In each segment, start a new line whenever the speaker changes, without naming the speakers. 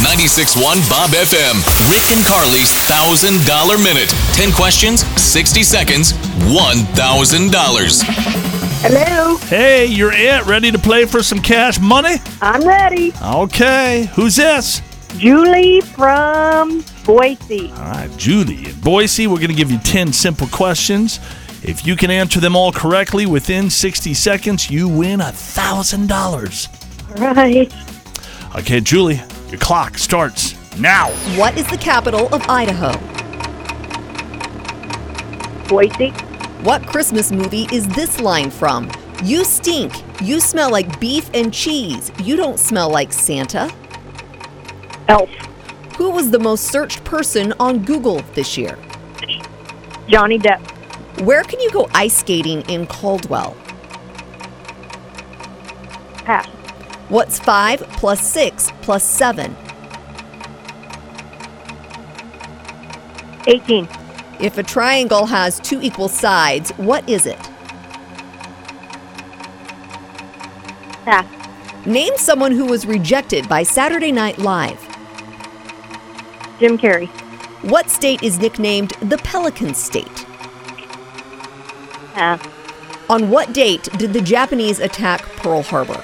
96.1 Bob FM. Rick and Carly's $1,000 Minute. 10 questions, 60 seconds, $1,000.
Hello,
Hey, you're it. Ready to play for some cash money?
I'm ready.
Okay. Who's this?
Julie from Boise.
All right, Julie in Boise. We're going to give you 10 simple questions. If you can answer them all correctly within 60 seconds, you win $1,000.
Right.
Okay, Julie, your clock starts now.
What is the capital of Idaho?
Boise.
What Christmas movie is this line from? You stink. You smell like beef and cheese. You don't smell like Santa.
Elf.
Who was the most searched person on Google this year?
Johnny Depp.
Where can you go ice skating in Caldwell?
Pass.
What's 5 plus 6 plus 7?
18.
If a triangle has two equal sides, what is it?
Pass.
Name someone who was rejected by Saturday Night Live.
Jim Carrey.
What state is nicknamed the Pelican State?
Pass.
On what date did the Japanese attack Pearl Harbor?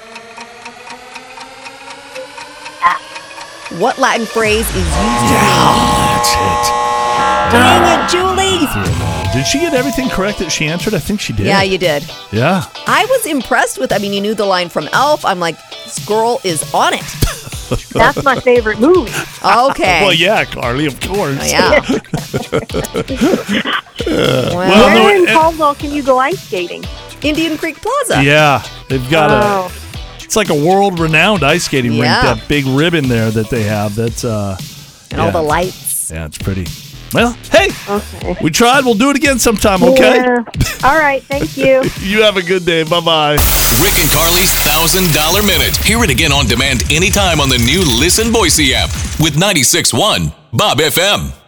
What Latin phrase is used to
That's
mean? Dang it, Julie!
it. Did she get everything correct that she answered? I think she did.
Yeah, you did.
Yeah.
I was impressed with. I mean, you knew the line from Elf. I'm like, Squirrel is on it.
That's my favorite movie.
Okay.
Well, yeah, Carly, of course.
Oh, yeah. well,
Well, no,
Where in
it-
Caldwell can you go ice skating?
Indian Creek Plaza.
Yeah, they've got a.
Oh,
It's like a world-renowned ice skating
Yeah.
rink. That big ribbon there that they have. That's uh,
And all
yeah.
the lights.
Yeah, it's pretty. Well, hey,
okay.
we tried. We'll do it again sometime, okay?
Yeah. All right. Thank you.
You have a good day. Bye bye.
Rick and Carly's $1,000 Minute. Hear it again on demand anytime on the new Listen Boise app with 96.1 Bob FM.